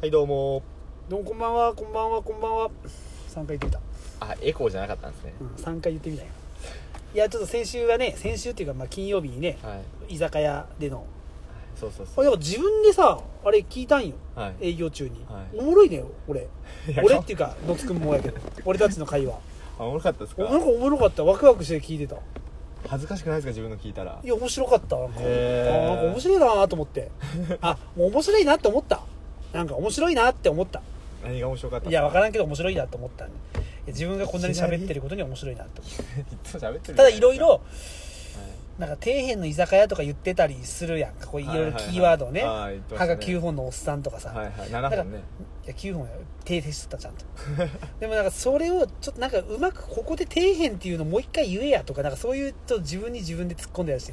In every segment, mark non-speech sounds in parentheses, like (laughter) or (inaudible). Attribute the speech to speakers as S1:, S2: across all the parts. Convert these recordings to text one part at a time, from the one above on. S1: はいどうも
S2: どうもこんばんはこんばんはこんばんは3回言ってみた、
S1: あエコーじゃなかったんですね
S2: うん、3回言ってみたよいやちょっと先週はね先週っていうかまあ金曜日にね
S1: はい
S2: 居酒屋での
S1: そうそうそ
S2: あ
S1: う
S2: でも自分でさあれ聞いたんよ
S1: はい
S2: 営業中に、
S1: はい
S2: おもろいね俺
S1: (laughs) いや
S2: 俺っていうかのつくんもや
S1: (laughs)
S2: けど俺たちの会話
S1: あおもろかったです
S2: お
S1: か
S2: なんかおもろかったワクワクして聞いてた
S1: 恥ずかしくないですか自分の聞いたら
S2: いや面白かったなんかあ
S1: へー
S2: ーなんか面白いなと思ってあもう面白いなって思ったなんか面白いなって思った
S1: 何が面白かった
S2: いや分かららんけど面白いなと思ったんでいや自分がこんなに喋ってることに面白いなと思っ
S1: (laughs) ないいつも喋って
S2: た
S1: る
S2: ただいろいろ
S1: はい
S2: なんか底辺の居酒屋とか言ってたりするやんかこういろいろキーワードをね
S1: はいはいはいあー言ってまし
S2: 歯
S1: たね
S2: が9本のおっさんとかさ、
S1: はい
S2: い、
S1: はい7本ね
S2: や9本や訂正してたちゃんと (laughs) でもなんかそれをちょっとなんかうまくここで底辺っていうのもう一回言えやとかなんかそういうと自分に自分で突っ込んだりして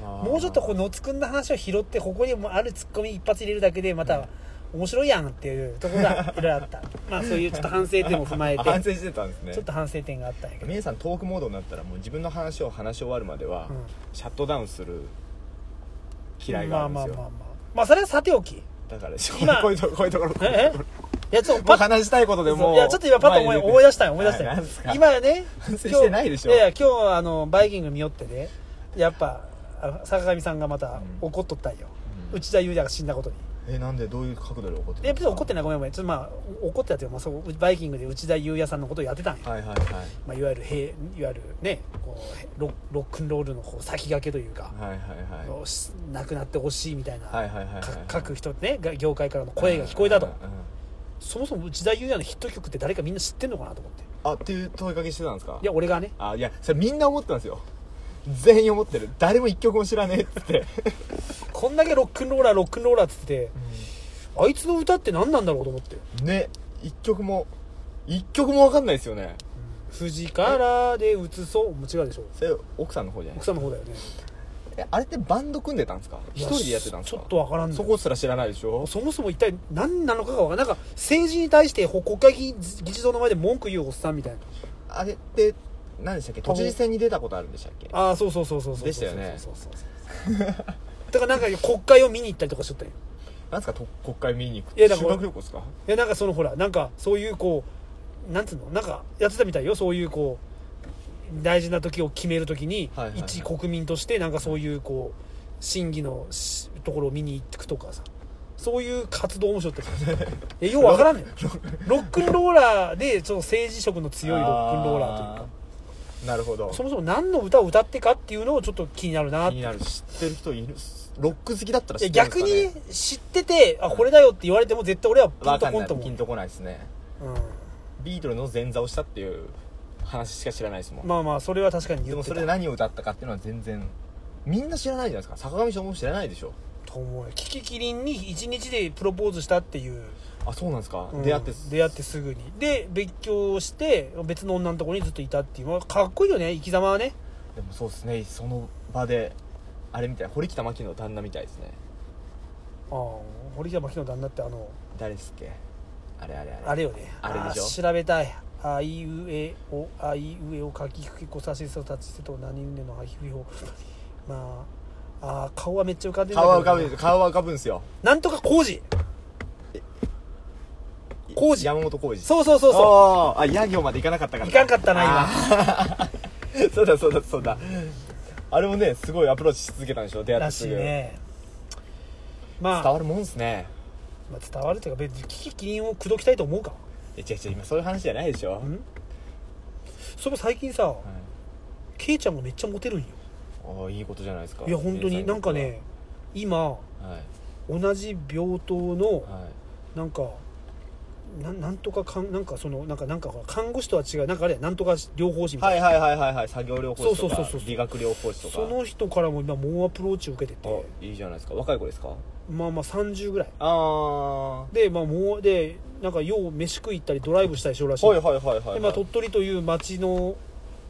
S2: たもうちょっとこ
S1: の
S2: のつくんの話を拾ってここにもあるツッコミ一発入れるだけでまた面白いやんっていうところがいろいろあった
S1: (laughs)
S2: まあそういうちょっと反省点も踏まえて
S1: 反省してたんですね
S2: ちょっと反省点があったんやけど、
S1: 皆さんトークモードになったらもう自分の話を話し終わるまでは、
S2: うん
S1: シャットダウンする嫌いがあるんですよ、
S2: まあまあまあまあまあそれはさて
S1: (laughs)
S2: おき
S1: だから
S2: 今
S1: こういうとここういうところ
S2: ええいやちょっと
S1: もう
S2: パッ
S1: 話したいことでもう
S2: いやちょっと今パッと思い思い出したよ思い出したよ、
S1: はいなんすか
S2: 今ね
S1: 反省
S2: 今
S1: して
S2: 日
S1: ないでしょ
S2: いやいや今日あのバイキング見よってねやっぱあの坂上さんがまた
S1: うん
S2: 怒っとったんよ、
S1: うん
S2: 内田裕也が死んだことに
S1: えなんでどういう角度で怒って
S2: で別に怒って
S1: な
S2: ないごめんごめんちょっとまあ怒ってたっていうか、まあ、そうバイキングで内田裕也さんのことをやってたんよ、
S1: はいはいはい
S2: まあ、いわゆるへいわゆるねこうへロロックンロールのこう先駆けというか、
S1: はいはいはい
S2: のし亡くなってほしいみたいな、
S1: はいはいはいはい
S2: か各人ねが業界からの声が聞こえたと、
S1: うんうんうん
S2: そもそも内田裕也のヒット曲って誰かみんな知ってんのかなと思って
S1: あっていう問いかけしてたんですか
S2: いや俺がね
S1: あいやそれみんな思ってますよ全員思ってる誰も一曲も知らねえっつって
S2: (laughs) こんだけロックンローラーロックンローラーっつってて、あいつの歌って何なんだろうと思って
S1: ね一曲も一曲も分かんないですよね
S2: 「藤からで打つそう」もう違うでしょ
S1: それ奥さんの方じゃない
S2: 奥様の方だよね
S1: えあれってバンド組んでたんですか一人でやってたんですか
S2: ちょっとわからんのよ
S1: そこすら知らないでしょ
S2: そもそも一体何なのかがわからんないなんか政治に対して国会議事堂の前で文句言うおっさんみたいな
S1: あれって何でしたっけ都知事選に出たことあるんでしたっけ
S2: ああそうそうそうそうそう
S1: でしたよね
S2: そうそうそうそう (laughs) だからなんか国会を見に行ったりとかしとったんよ
S1: なんすかと国会見に行く
S2: いやだから
S1: 修学旅行ですか
S2: いやなんかそのほらなんかそういうこうなんつうのなんかやってたみたいよそういうこう大事な時を決める時に、
S1: はいはいはい
S2: 一国民としてなんかそういうこう審議のしところを見に行ってくとかさそういう活動面白ってさ
S1: (laughs)
S2: えようわからんねんロックンローラーでちょっと政治色の強いロックンローラーというか
S1: あーなるほど
S2: そもそも何の歌を歌ってかっていうのをちょっと気になるなっ
S1: 気
S2: て
S1: になる知ってる人いるロック好きだったら
S2: い
S1: 知
S2: や
S1: ってるんです
S2: 逆
S1: か、ね、
S2: に知っててあこれだよって言われても絶対俺はピン
S1: わ
S2: と
S1: かん
S2: こ
S1: なんい
S2: と思
S1: ピンとこないですね
S2: う、う
S1: ビートルの前座をしたっていう話しか知らないですもん、
S2: ん、まあまあそれは確かに
S1: で
S2: 言
S1: も
S2: って
S1: そ
S2: た
S1: れで何を歌ったかっていうのは全然みんな知らないじゃないですか坂上さんも知らないでしょ
S2: と思うよキキキリンに1日でプロポーズしたっていう、
S1: あそうなんですか、
S2: うん
S1: 出会って
S2: 出会ってすぐにで別居して別の女のところにずっといたっていう、まあ、かっこいいよね生き様はね
S1: でもそうですねその場であれみたい堀北真希の旦那みたいですね
S2: ああ堀北真希の旦那ってあの
S1: 誰ですっけあれあれあれ
S2: あれよね
S1: あれでしょ
S2: ー調べたいあいうえおあいうえおかきくきこさしそうたちせと何うねのはひふいほまああー顔はめっちゃ浮かんでるんだ
S1: 顔
S2: けど
S1: は浮かぶんです顔は浮かぶんですよ
S2: なんとか工事浩二
S1: 山本浩二う
S2: そうそうそうそ
S1: そうあヤ行まで行かなかったから
S2: 行かんかったな今
S1: 今そうだそうだそうだあれもねすごいアプローチし続けたんでしょ出
S2: う
S1: 会っ
S2: ら
S1: てす
S2: しい
S1: ぐ、
S2: ねまあ
S1: 伝わるもんですね
S2: まあ、伝わるというか別にキキキリンを口説きたいと思うか
S1: え違う違う今そういう話じゃないでしょ、
S2: んそれも最近さ
S1: はい
S2: ケイちゃんがめっちゃモテるんよ
S1: ああいいことじゃないですか
S2: いや本当になんかね今
S1: はい
S2: 同じ病棟の
S1: はい
S2: なんかなんなんとかかんなんかそのなんかなんかほら看護師とは違うなんかあれやなんとか療法士みたい
S1: はいはいはいはいはい作業療法士とか
S2: そうそうそうそう
S1: 理学療法士
S2: な
S1: とか
S2: その人からも今猛アプローチを受けてて
S1: あいいじゃないですか若い子ですか
S2: まあまあ30ぐらい
S1: ああは
S2: でまあもうでなんかよう飯食い行ったりドライブしたりしようらしい
S1: いはいはいはいはい
S2: でまあ、鳥取という町の、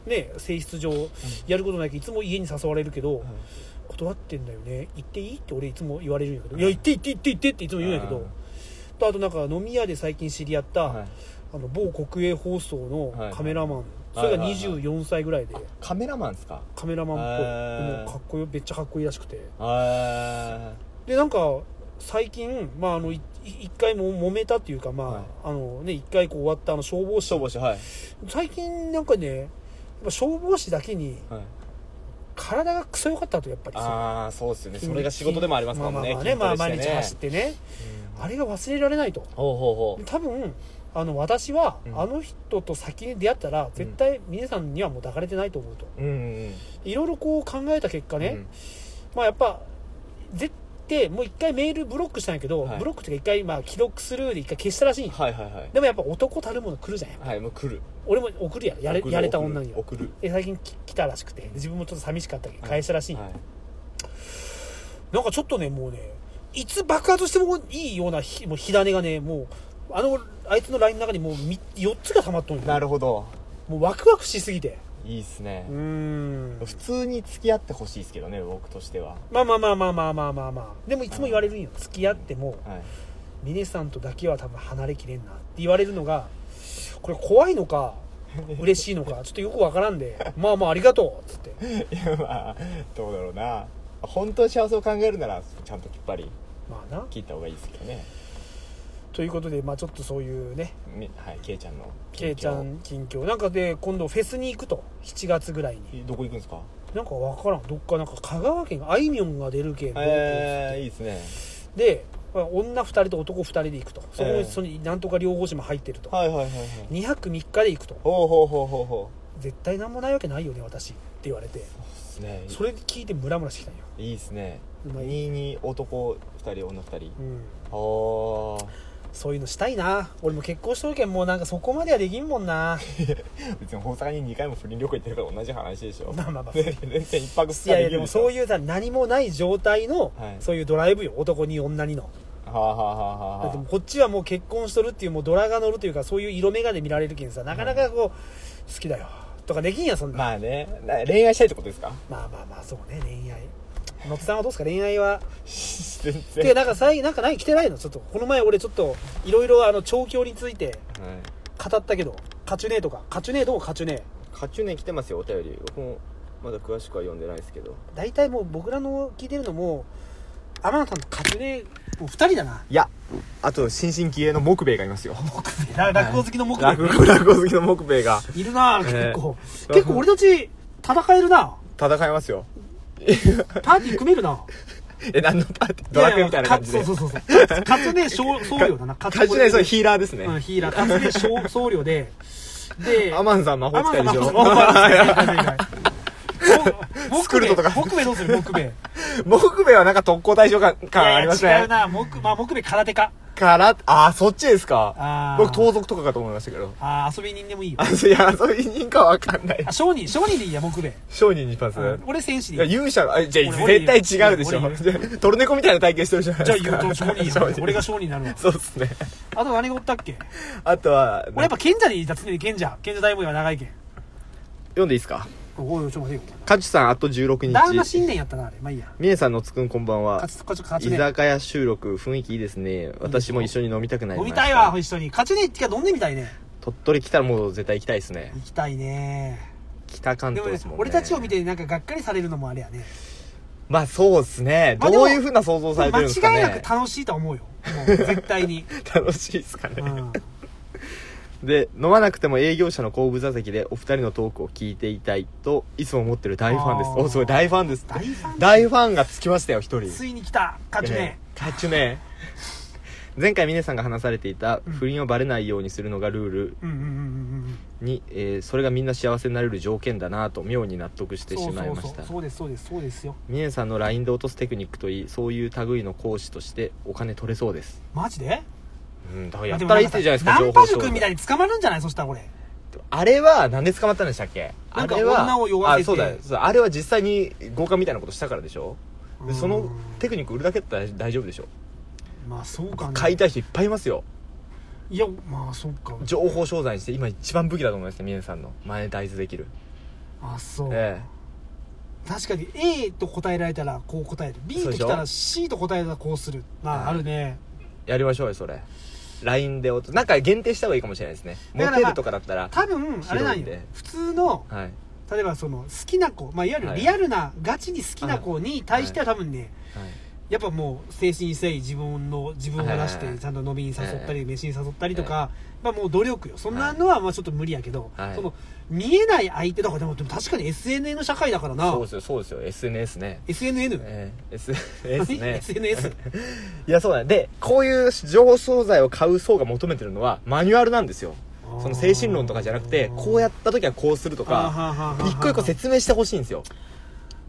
S2: ね、性質上やることないけどいつも家に誘われるけど、断ってんだよね行っていいって俺いつも言われるんやけど、
S1: うん
S2: いや行って行って行って行ってっていつも言うんやけど、
S1: うん
S2: とあとなんか飲み屋で最近知り合った、
S1: はい
S2: あの某国営放送のカメラマン、
S1: はいはい
S2: それが24歳ぐらいで
S1: カメラマンですか
S2: カメラマンっぽい、
S1: へー
S2: もうかっこよめっちゃかっこいいらしくて
S1: あ
S2: でなんか最近、まあ、あのいい一回も揉めたっていうかまあ、
S1: はい
S2: あのね一回こう終わったあの消防士
S1: 消防士はい、
S2: 最近なんかねやっぱ消防士だけに
S1: はい、
S2: 体がクソ良かったとやっぱりそう
S1: ああそうですよねそれが仕事でもありますからね
S2: まあまあまあね、まあ、毎
S1: 筋ト
S2: 日
S1: レ
S2: 走
S1: し
S2: って
S1: ね
S2: てね
S1: うん
S2: あれが忘れられないと
S1: ほうほうほう
S2: 多分あの私は、
S1: うん
S2: あの人と先に出会ったら絶対皆さんにはもう抱かれてないと思うと
S1: うんうん
S2: いろいろこう考えた結果
S1: うん
S2: ね、まあやっぱ絶対もう一回メールブロックしたんやけど、
S1: はい
S2: ブロックっていうか一回まあ既読スルーで一回消したらしいん
S1: うん
S2: よ
S1: はいはいはい
S2: でもやっぱ男たるもの来るじゃんやっぱ
S1: はいもう来る
S2: 俺も送るやんやれ
S1: 送る
S2: やれた女には
S1: 送る
S2: で最近き来たらしくて自分もちょっと寂しかったけど
S1: はい
S2: 返したらしいんよ、
S1: はい
S2: なんかちょっとねもうねいつ爆発してもいいようなひもう火種がねもうあのあいつの LINE の中にもう4つが溜まっとんよ
S1: なるほど
S2: もうワクワクしすぎて
S1: いいっすね
S2: うーん
S1: 普通に付き合ってほしいですけどね僕としては
S2: まあまあまあまあまあまあまあまあでもいつも言われるんよ付き合っても
S1: はい
S2: 峰さんとだけは多分離れきれんなって言われるのがこれ怖いの
S1: (laughs)
S2: か嬉しいのかちょっとよくわからんでまあまあありがとうっつって
S1: い (laughs) やまあどうだろうな本当に幸せを考えるならちゃんときっぱり
S2: まあな
S1: 聞いた方がいいですけどね
S2: ということでまあちょっとそういうね
S1: みはいケイちゃんの近況
S2: けいちゃん近況なんかで今度フェスに行くと7月ぐらいに
S1: えどこ行くんですか
S2: なんかわからんどっかなんか香川県あいみょんが出るけん
S1: えー、いいですね
S2: でまあ女2人と男2人で行くとそこ
S1: え
S2: に
S1: ー
S2: そのなんとか両方島入ってると
S1: はいはいはいはい
S2: 2泊3日で行くと
S1: ほうほうほうほうほ
S2: 絶対なんもないわけないよね私って言われて
S1: うですね
S2: それ聞いてムラムラしてきたんよ
S1: いいですね
S2: うまい
S1: 2に男2人女2人
S2: うん
S1: ああ
S2: そういうのしたいな俺も結婚しとるけんもうなんかそこまではできんも
S1: (laughs)
S2: んな
S1: 別に大阪に2回も不倫旅行行ってるから同じ話でしょ
S2: まあまあまあ
S1: ね全然1泊2
S2: い
S1: 日
S2: やいや
S1: でき
S2: で
S1: る
S2: も
S1: でしょ
S2: そういうさ何もない状態の、
S1: はい
S2: そういうドライブよ男に女にの
S1: はあはあはあはあ
S2: だってもうこっちはもう結婚しとるっていうもうドラが乗るというかそういう色眼鏡で見られるけんさなかなかこう、好きだよとかできんやそんな、
S1: まあねな恋愛したいってことですか (laughs)
S2: まあまあまあそうね恋愛のつさんはどうですか恋愛は
S1: 全
S2: てか
S1: 然
S2: なんかさいなんか何来てないのちょっとこの前俺ちょっといろいろあの調教について
S1: はい
S2: 語ったけどカチュネーとかカチュネーどうカチュネー
S3: カチュネ来てますよお便り僕もまだ詳しくは読んでないですけど
S2: 大体もう僕らの聞いてるのも天野さんとカチュネもう2人だない
S1: やあと新進気鋭の木兵衛がいますよ
S2: ら落語好きの目標
S1: 落語 (laughs) 落語好きの木兵衛が
S2: いるな結
S1: ええ
S2: 構、結構俺たち戦えるな
S1: 戦いますよ
S2: パーティー組めるな
S1: え何のパーティードラクエみたいな感じ
S2: い
S1: で
S2: やいやそうそうそうそう勝つ
S1: (laughs)
S2: ねそう僧侶だな
S1: カ
S2: 勝
S1: チュネイそれ
S2: う
S1: ヒーラーですね、
S2: んヒーラー勝つねそう僧侶でで
S1: アマンさん魔法使いでしょ
S2: 天
S1: (laughs)
S2: 野さん魔法使い
S1: スクルトとか
S2: 木目どうする
S1: (laughs)
S2: 木目
S1: 木兵衛はなんか特攻対象感
S2: いやい
S1: 感
S2: や
S1: あります
S2: 違う
S1: ね
S2: な木,、まあ、木目空手家
S1: からあーそっちですか
S2: あー
S1: 僕盗賊とかかと思いましたけど
S2: あー遊び人でもいいよ
S1: あ (laughs) いやそういう人かわかんない
S2: あ商人商人でいいや木目
S1: 商人にパス、
S2: うん俺戦士
S1: い
S2: で
S1: や
S2: いい
S1: 勇者あじゃあ
S2: 俺
S1: 絶対違うでしょ
S2: 俺
S1: トルネコみたいな体験してるじゃない
S2: じゃあ
S1: です
S2: 言
S1: か
S2: うと商
S3: (laughs)
S2: 人
S1: (laughs)
S2: や
S1: 商人
S2: 俺が商人になるわ
S1: そうですね
S2: あと何がおったっけ
S1: あとは
S2: 俺やっぱ賢者でいいだ常に賢者賢者大名は長いけん
S3: 読んでいいですか
S2: おいおいちょっと待てよ
S3: カチュさんあと16
S2: 旦那
S3: 日
S2: 新年やったなあれまあいいや
S3: ミネさんのつくんこんばんは
S2: 勝ち勝ち勝
S3: 居
S2: ちね
S3: 酒屋収録雰囲気いいですね私も一緒に飲みたくなり
S2: 飲
S3: ま
S2: み
S3: した
S2: たいわ一緒に勝ちねってか飲んでみたいね
S3: 鳥取来たらもう絶対行きたいですね
S2: 行きたいね
S3: 北関
S2: で
S3: 東
S2: もね
S3: ですもんね
S2: 俺たちを見てなんかがっかりされるのもあれやね
S1: まあそうですね、
S2: まあで
S1: ど
S2: も
S1: ういうふうな想像されて
S2: 間
S1: るんですか
S2: 違い
S1: ね
S2: なく楽しい
S3: (laughs)
S2: と思うよもう絶対に
S3: 楽しいですかね (laughs)
S2: うん
S3: で飲まなくても営業者の後部座席でお二人のトークを聞いていたいといつも思ってる大ファンです
S2: あー
S3: おすごい大ファンです
S2: 大ファン
S3: 大ファンがつきましたよ一人
S2: ついに来た勝ちね
S3: ええカチュネ (laughs) 前回峰さんが話されていた
S2: ん
S3: 不倫をバレないようにするのがルール
S2: うんうんうんうんうん
S3: に、えーそれがみんな幸せになれる条件だなと妙に納得してし
S2: そう
S3: まい
S2: そう
S3: ま
S2: そ
S3: した
S2: うそうですそうですそうですよ
S3: 峰さんの LINE で落とすテクニックといいそういう類の講師としてお金取れそうです
S2: マジで
S3: うんだからやっ
S2: で
S3: た
S2: も
S3: らいい
S2: な
S3: っ
S2: ん
S3: てじゃないですか
S2: ナンパ塾
S3: 商材
S2: みたいに捕まるんじゃないそしたら俺
S3: あれは何で捕まったんでしたっけ
S2: なんか
S3: あれは
S2: 女を酔わせて
S3: あそうだよそうだあれは実際に強姦みたいなことしたからでしょ
S2: う
S3: で
S2: ん
S3: そのテクニック売るだけだったら大丈夫でしょ
S2: まあそうかね
S3: 買いたい人いっぱいいますよ
S2: いやまあそうか
S3: 情報商材にして今一番武器だと思いますね峰さんのマネタイズできる
S2: あそう、
S3: え
S2: 確かに A と答えられたらこう答える B
S3: そう
S2: と
S3: で
S2: き
S3: しょ
S2: たら C と答えたらこうするまああるね
S3: えやりましょうよそれ LINE でおとなんか限定した方がいいかもしれないですねモ
S2: だから
S3: テるとかだったら
S2: 多分あれなん
S3: 広いん
S2: よ
S3: で
S2: 普通の
S3: はい
S2: 例えばその好きな子、まあ、いわゆる
S3: はい
S2: リアルなガチに好きな子に対しては多分ね、
S3: はい
S2: やっぱもう精神性自分の自分を出
S1: は
S2: し
S1: いはいは
S2: て
S1: い
S2: ちゃんと飲みに誘った
S1: はいは
S2: り
S1: い
S2: 飯に誘ったりとか、まあ、もう努力よそんなのはまあちょっと無理やけど、
S1: はい
S2: その見えない相手だからでもでも確かに SNS の社会だからな
S1: そうですよそうですよ SNS ね
S2: SNN
S1: ええ
S2: 何
S1: SNS ね
S2: SNS
S1: いやそうだねでこういう情報商材を買う層が求めてるのはマニュアルなんですよその精神論とかじゃなくてこうやった時はこうすると
S2: あは
S1: か
S2: ははは
S1: 一個一個説明してほしいんですよ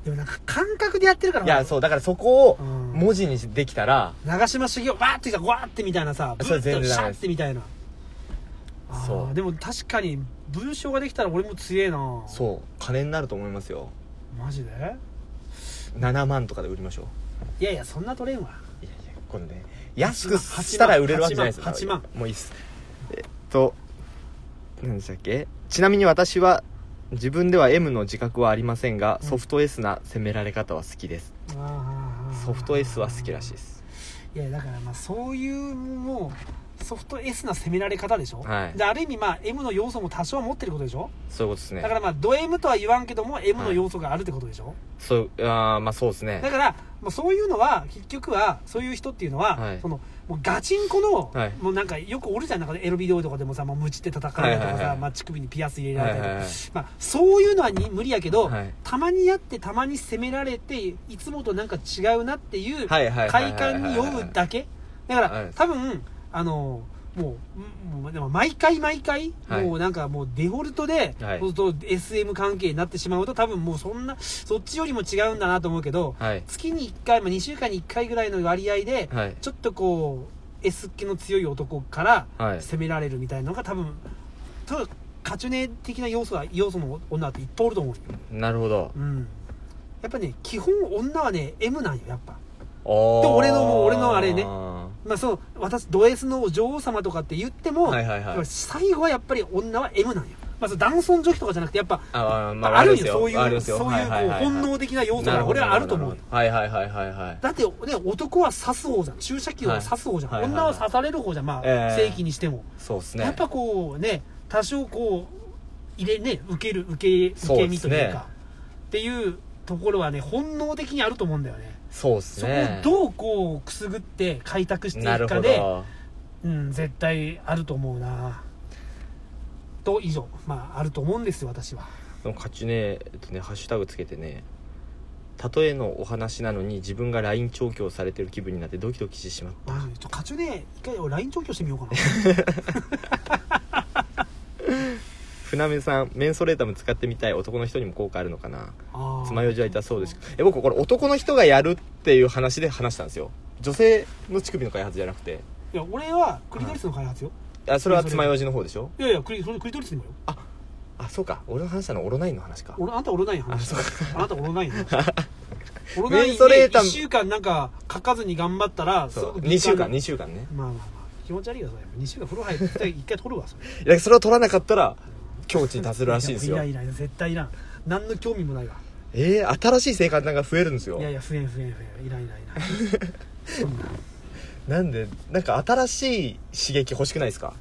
S2: でもなんか感覚でやってるから
S1: いやそうだからそこを
S2: うん
S1: 文字にできたら
S2: 長嶋茂雄わーってさわーってみたいなさブ
S1: それ
S2: ッ
S1: 全
S2: と
S1: 然
S2: シ
S1: ダメ
S2: ャ
S1: で
S2: ッ
S1: す
S2: てみたいな
S1: そ
S2: そううでも確かに文章ができたら俺も強えな
S1: そう金になると思いますよ
S2: マジで
S1: 7万とかで売りましょう
S2: いやいやそんな取れんわ
S1: いやいやこのね安くしたら売れるわけじゃないですよ
S2: 8万8万
S1: もういいっすえっと何でしたっけちなみに私は自分では M の自覚はありませんが
S2: うん
S1: ソフト S な攻められ方は好きです
S2: あー
S1: ソフト S は好きらしいです
S2: いやだからまあそういうもうソフト S な攻められ方でしょ、
S1: はい
S2: である意味まあ M の要素も多少持ってることでしょ
S1: そういうことです
S2: だ
S1: ね
S2: からまあド M とは言わんけども M の要素があるってことでしょ、
S1: そうあーまあそうです
S2: だ
S1: ね
S2: からもうそういうのは結局はそういう人っていうのは、
S1: はい
S2: そのもうガチンコの、
S1: はい
S2: もうなんかよくおるじゃんなんかエロビデオとかでもさもう無知って叩かれたりとか
S1: は
S2: さ、
S1: いはいはい
S2: まあ、乳首にピアス入れられたりとか、
S1: はいはいはい
S2: まあ、そういうのはに無理やけど、
S1: はい
S2: たまにやってたまに責められていつもとなんか違うなっていう
S1: はいはいはいはい
S2: 快
S1: はい
S2: 感に酔うだけだから、
S1: はい
S2: 多分あのもうもうでも毎回毎回、
S1: はい
S2: もうなんかもうデフォルトで、
S1: はい
S2: そうすると SM 関係になってしまうと多分もうそんなそっちよりも違うんだなと思うけど、
S1: はい
S2: 月に1回、まあ、2週間に1回ぐらいの割合で、
S1: はい
S2: ちょっとこう S っ気の強い男から
S1: はい
S2: 攻められるみたいなのが多分とカチュネ的な要素は要素の女っていっぱいおると思うよ、
S1: なるほど
S2: うん、やっぱね基本女はね M なんよやっぱ、
S1: お
S2: と俺のもう俺のあれね
S1: は
S2: まあ、そう私ド S の女王様とかって言って
S1: い
S2: も、
S1: はいはい
S2: やっぱり最後はやっぱり女は M なんよ、まあ、そう男尊女卑とかじゃなくてやっぱ
S1: あーま
S2: あ
S1: り
S2: る
S1: ます
S2: よそういう
S1: あ
S2: そ
S1: り
S2: うい
S1: ま
S2: う
S1: すよ
S2: こう
S1: はいはいはいはい
S2: 本能的な要素
S1: なる
S2: が
S1: ほ
S2: 俺
S1: ど
S2: はあると思う
S1: な
S2: よ
S1: ほどはいはいはいはいはい
S2: だってね男は刺す方じゃん注射器を刺す方じゃん、
S1: はいはいはい
S2: 女は刺される方じゃんまあ、
S1: ええ
S2: 正規にしても、
S1: そうですね
S2: やっぱこうね多少こう入れね受ける受け
S1: そう
S2: 受
S1: で
S2: け
S1: すね
S2: 身というかっていうところはね本能的にあると思うんだよね
S1: そうです
S2: そ
S1: ね
S2: こをどうこうくすぐって開拓してい
S1: な
S2: く
S1: る
S2: か
S1: ほ
S2: で、
S1: ど
S2: うん、絶対あると思うなと以上まああると思うんですよ私は
S1: でも勝ちねえっとねハッシュタグつけてね例えのお話なのに自分が LINE 調教されてる気分になってドキドキしてしまう
S2: マジでちょっと課長ね一回俺 LINE 調教してみよう
S1: (laughs)
S2: かな
S1: 船目さんメンソレータム使ってみたい男の人にも効果あるのかな
S2: あー
S1: 爪楊枝はいたそうですえ僕これ男の人がやるっていう話で話したんですよ女性の乳首の開発じゃなくて
S2: いや俺はクリトリスの開発よ、
S1: あそれは爪楊枝の方でしょ
S2: い、やいやクリそれクリトリスにもよ
S1: あそうか俺の話したのオロナインの話か
S2: 俺あんたオロナインの話
S1: あ
S2: あなたオロナインの
S1: (laughs)
S2: 話オロナイ
S1: メ
S2: ン
S1: ンソレ
S2: で
S1: ータ
S2: 1
S1: ム
S2: 週間なんか書かずに頑張ったらす
S1: そ
S2: ご
S1: う
S2: く
S1: 2
S2: 敏
S1: 週
S2: 感
S1: 間2週間ね
S2: まあまあまあ気持ち悪いよそれ2週間風呂入って1回取るわそれ
S1: いやそれを取らなかったら境地に達するらしいんですよ
S2: やいやいや絶対いらん何の興味もないわ
S1: えー、新しい性感が増えるんですよ
S2: いやいや増えん増えん増えんいらんいらんいらんそ
S1: (laughs)
S2: んな
S1: なんでなんか新しい刺激欲しくないですか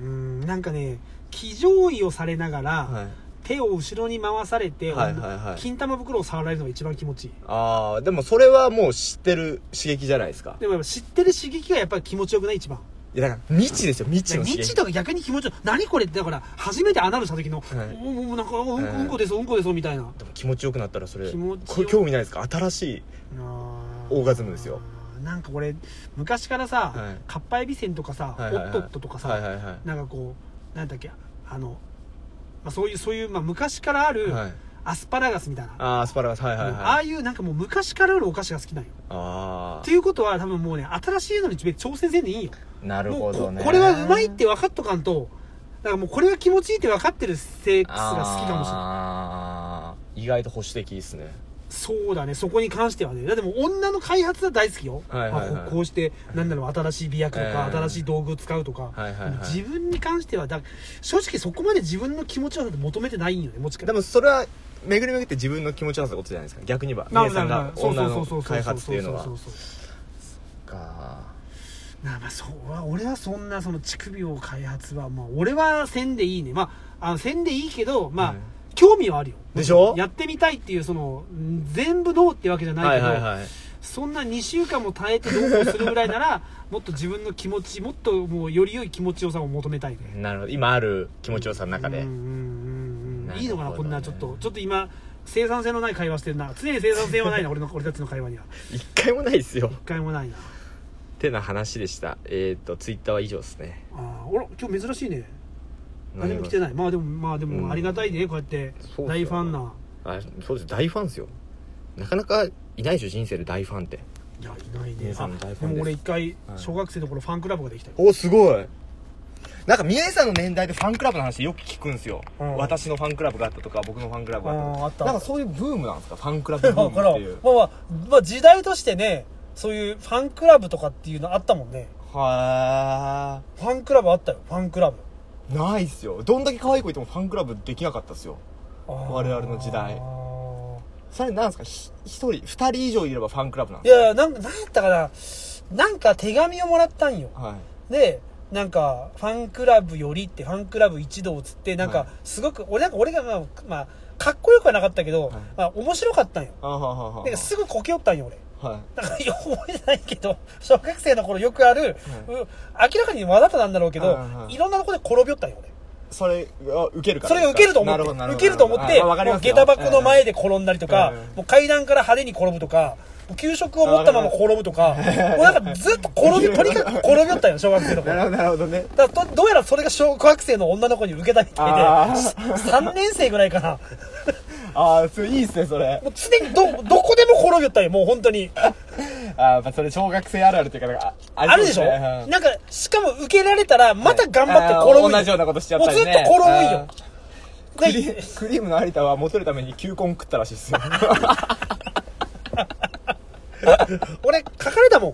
S2: うーんなんかね騎乗位をされながら、
S1: はい
S2: 手を後ろに回されて、
S1: はいはいはい
S2: 金玉袋を触られるのが一番気持ちいい
S1: ああでもそれはもう知ってる刺激じゃないですか
S2: でもやっぱ知ってる刺激がやっぱり気持ちよくない一番
S1: いやだから未知ですよ未知の刺激
S2: 未知とか逆に気持ちよ何これってだから初めてアナルした時の、
S1: はい
S2: おおなんかおうんこ
S1: はい
S2: うんこですうんこですみたいな
S1: でも気持ちよくなったらそれ
S2: 気持ちよ
S1: これ興味ないですか新しいオーガズムですよ
S2: あーなんか俺昔からさ、
S1: はい
S2: カッパエビせんとかさ、
S1: はいはいはい
S2: オットットとかさ、
S1: はいはいは
S2: なんかこうなんだっけあの、まあ、そういうそういう、まあ、昔からあ
S1: い
S2: る
S1: はい
S2: アスパラガスみたいな、
S1: あーアスパラガスはいはいはい
S2: ああいうなんかもう昔からあるお菓子が好きなんよ
S1: あ
S2: っていうことは多分もうね新しいのに挑戦せんでいいんよ
S1: あなる
S2: も
S1: ほ
S2: う
S1: ど
S2: こ
S1: ね
S2: これはうまいって分かっとかんとだからもうこれが気持ちいいって分かってるセックスが好きかもしれない
S1: あー意外と保守的ですね
S2: そうだねそこに関してはねだってもう女の開発は大好きよ、
S1: はいはいはい
S2: まあこうこうしてなんだろう新しい美薬とか、
S1: ええ
S2: 新しい道具を使うとか、
S1: はいはいはい
S2: 自分に関してはだ正直そこまで自分の気持ちを求めてないんよねもちか
S1: でもそれは巡り巡って自分の気持ちよさことじゃないですか逆に言えば
S2: な
S1: 皆さんが
S2: なそう
S1: 女
S2: そう
S1: の
S2: そうそう
S1: 開発っていうのは
S2: そうそうそう
S1: か
S2: なあまあそうは俺はそんなその乳首を開発はまあ俺はせんでいいねまああのせんでいいけどまあ、
S1: うん
S2: 興味はあるよ
S1: でしょ
S2: やってみたいっていうそのうん全部どうってわけじゃない
S1: は
S2: け
S1: い
S2: ど、
S1: はいはい
S2: そんな2週間も耐えてどうこうするぐらいなら (laughs) もっと自分の気持ちもっともうより良い気持ちよさを求めたいね
S3: なるほど今ある気持ちよさの中で、
S2: うんうんうん
S3: なるほ
S2: うん
S3: ど
S2: いいのかな
S3: ね
S2: こんなちょっとちょっと今生産性のない会話してるな常に生産性はな
S3: (laughs)
S2: いな俺の俺たちの会話には
S3: 一回もないですよ
S2: 一回もないな
S3: てな話でしたえっ、とツイッターは以上ですね
S2: あー俺今日珍しいね何も来て
S3: ない
S2: ないまあでもまあで
S3: うん
S2: もありがたいねこうやって
S3: そうっすよ
S2: 大ファンな
S3: あそうです大ファンですよなかなかいないでしょ人生で大ファンって
S2: いやいないね
S3: 皆さ
S2: あ
S3: んも大ファンです
S2: でも俺一回
S3: はい
S2: 小学生の頃ファンクラブができたよ
S3: おすごいなんか宮井さんの年代でファンクラブの話よく聞くんですよ、
S2: うん
S1: 私のファンクラブがあったとか僕のファンクラブがあったと
S2: あー
S1: か
S2: あった
S1: なんかそういうブームなんですかファンクラブブー
S2: (laughs) わから
S1: ムっ
S2: ん
S1: ていう
S2: まあまあ、まあ、時代としてねそういうファンクラブとかっていうのあったもんね
S1: は
S2: ファンクラブあったよファンクラブ
S1: ーないっすよどんだけ可愛い子いてもファンクラブできなかったっすよ
S2: 我
S1: 我々の時代それなんですかひ一人二人以上いればファンクラブなん
S2: い
S1: です
S2: やなんなんやったかななんか手紙をもらったんよ
S1: かはい
S2: でなんかファンクラブよりってファンクラブ一同つってなん
S1: は
S2: か
S1: い
S2: すごく、俺なんか俺がまあ、まあ、かっこよくはなかったけど、
S1: い
S2: まあ、面白かったんよ
S1: あはははは
S2: なんかすぐこけよったんよ俺
S1: はい
S2: だから (laughs) よく覚えてないけど小学生の頃よくある、う明らかにわざとなんだろうけど、
S1: はいいはい
S2: ろんなとこで転びよったんよ俺
S1: それが受けるから
S2: それが受けると思
S1: な
S2: っ
S1: るほどな
S2: て
S1: る
S2: 受
S1: ほど
S2: けると思って
S1: あわかり
S2: も
S1: ま
S2: う
S1: すよ
S2: 下駄箱の前で転んだりとか、
S1: うんうん
S2: もう階段から派手に転ぶとかもう給食を持ったまま転ぶとかもうなんかずっと
S1: (laughs)
S2: 転びとにかく転びよったんよ小学生の
S1: なる
S2: 頃
S1: ほどなるほどね
S2: だからどどうやらそれが小学生の女の子に受けたみた
S1: あ
S2: いで
S1: ー
S2: し3年生ぐらいかな
S1: ああそれいいっすねそれ
S2: もう常にどどこでも転びよったんよもう本当に
S1: あーまあそれ小学生あるあるっていうかなんかあ
S2: あ
S1: あ
S2: る
S1: り
S2: でし
S1: そ
S2: ょ
S1: うすねうん
S2: なんかしかも受けられたらまた頑張って転ぶんよ
S1: あー同じようなことしちゃったりね
S2: もうずっと転ぶんよ
S1: クリ
S2: で
S1: クリームの有田はモテるために球根食ったらしいっ
S2: (laughs)
S1: すよ
S2: 俺書かれたもん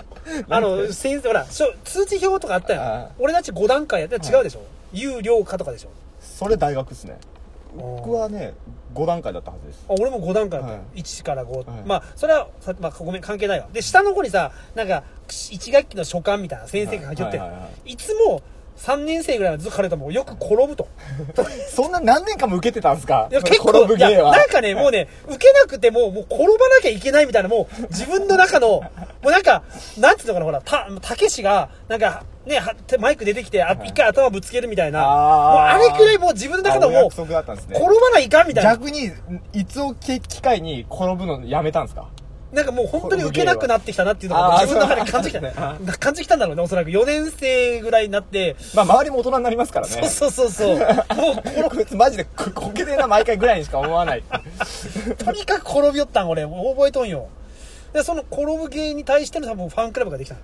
S2: あの先生ほらしょ通知表とかあった
S1: ああ
S2: よ俺たち5段階やったら違うでしょ有料化とかでしょ
S1: それ大学っすね僕
S2: あ
S1: はね5段階だったはずです
S2: 俺も5段階だった
S1: は
S2: よ1から
S1: はい
S2: 5まあそれはさまあごめん関係ないわで下の子にさなんか1学期の所感みたいな先生が書き寄って
S1: はいはいはいはい
S2: つも3年生ぐらいまでずっと書かれたもんよく転ぶと
S1: そんな何年間も受けてたんすか
S2: いや
S1: その
S2: 結構
S1: 転ぶ芸
S2: いや
S1: は
S2: なんかねもうね受けなくてももう転ばなきゃいけないみたいなもう自分の中のもうなんかなんていうのかなほらたたけしがなんかねはてマイク出てきてあ一回頭ぶつけるみたいなもうあ
S1: あー
S2: れくらいもう自分の中の
S1: あお
S2: もう
S1: 約束だったんですね
S2: 転ばないかんみたいな
S1: 逆にいつを機会に転ぶのやめたんすか
S2: なんかもう本当に受けなくなってきたなっていうのがもう
S1: あー
S2: 自分の中で感じてき
S1: そうだ
S2: た感じてきたんだろうねおそらく4年生ぐらいになって
S1: まあ周りも大人になりますからね
S2: そうそうそうそうもう転
S1: こいつマジでここけねえな毎回ぐらいにしか思わない (laughs)
S2: とにかく転びよったん俺もう覚えとんよでその転ぶ芸に対しての多分ファンクラブができたの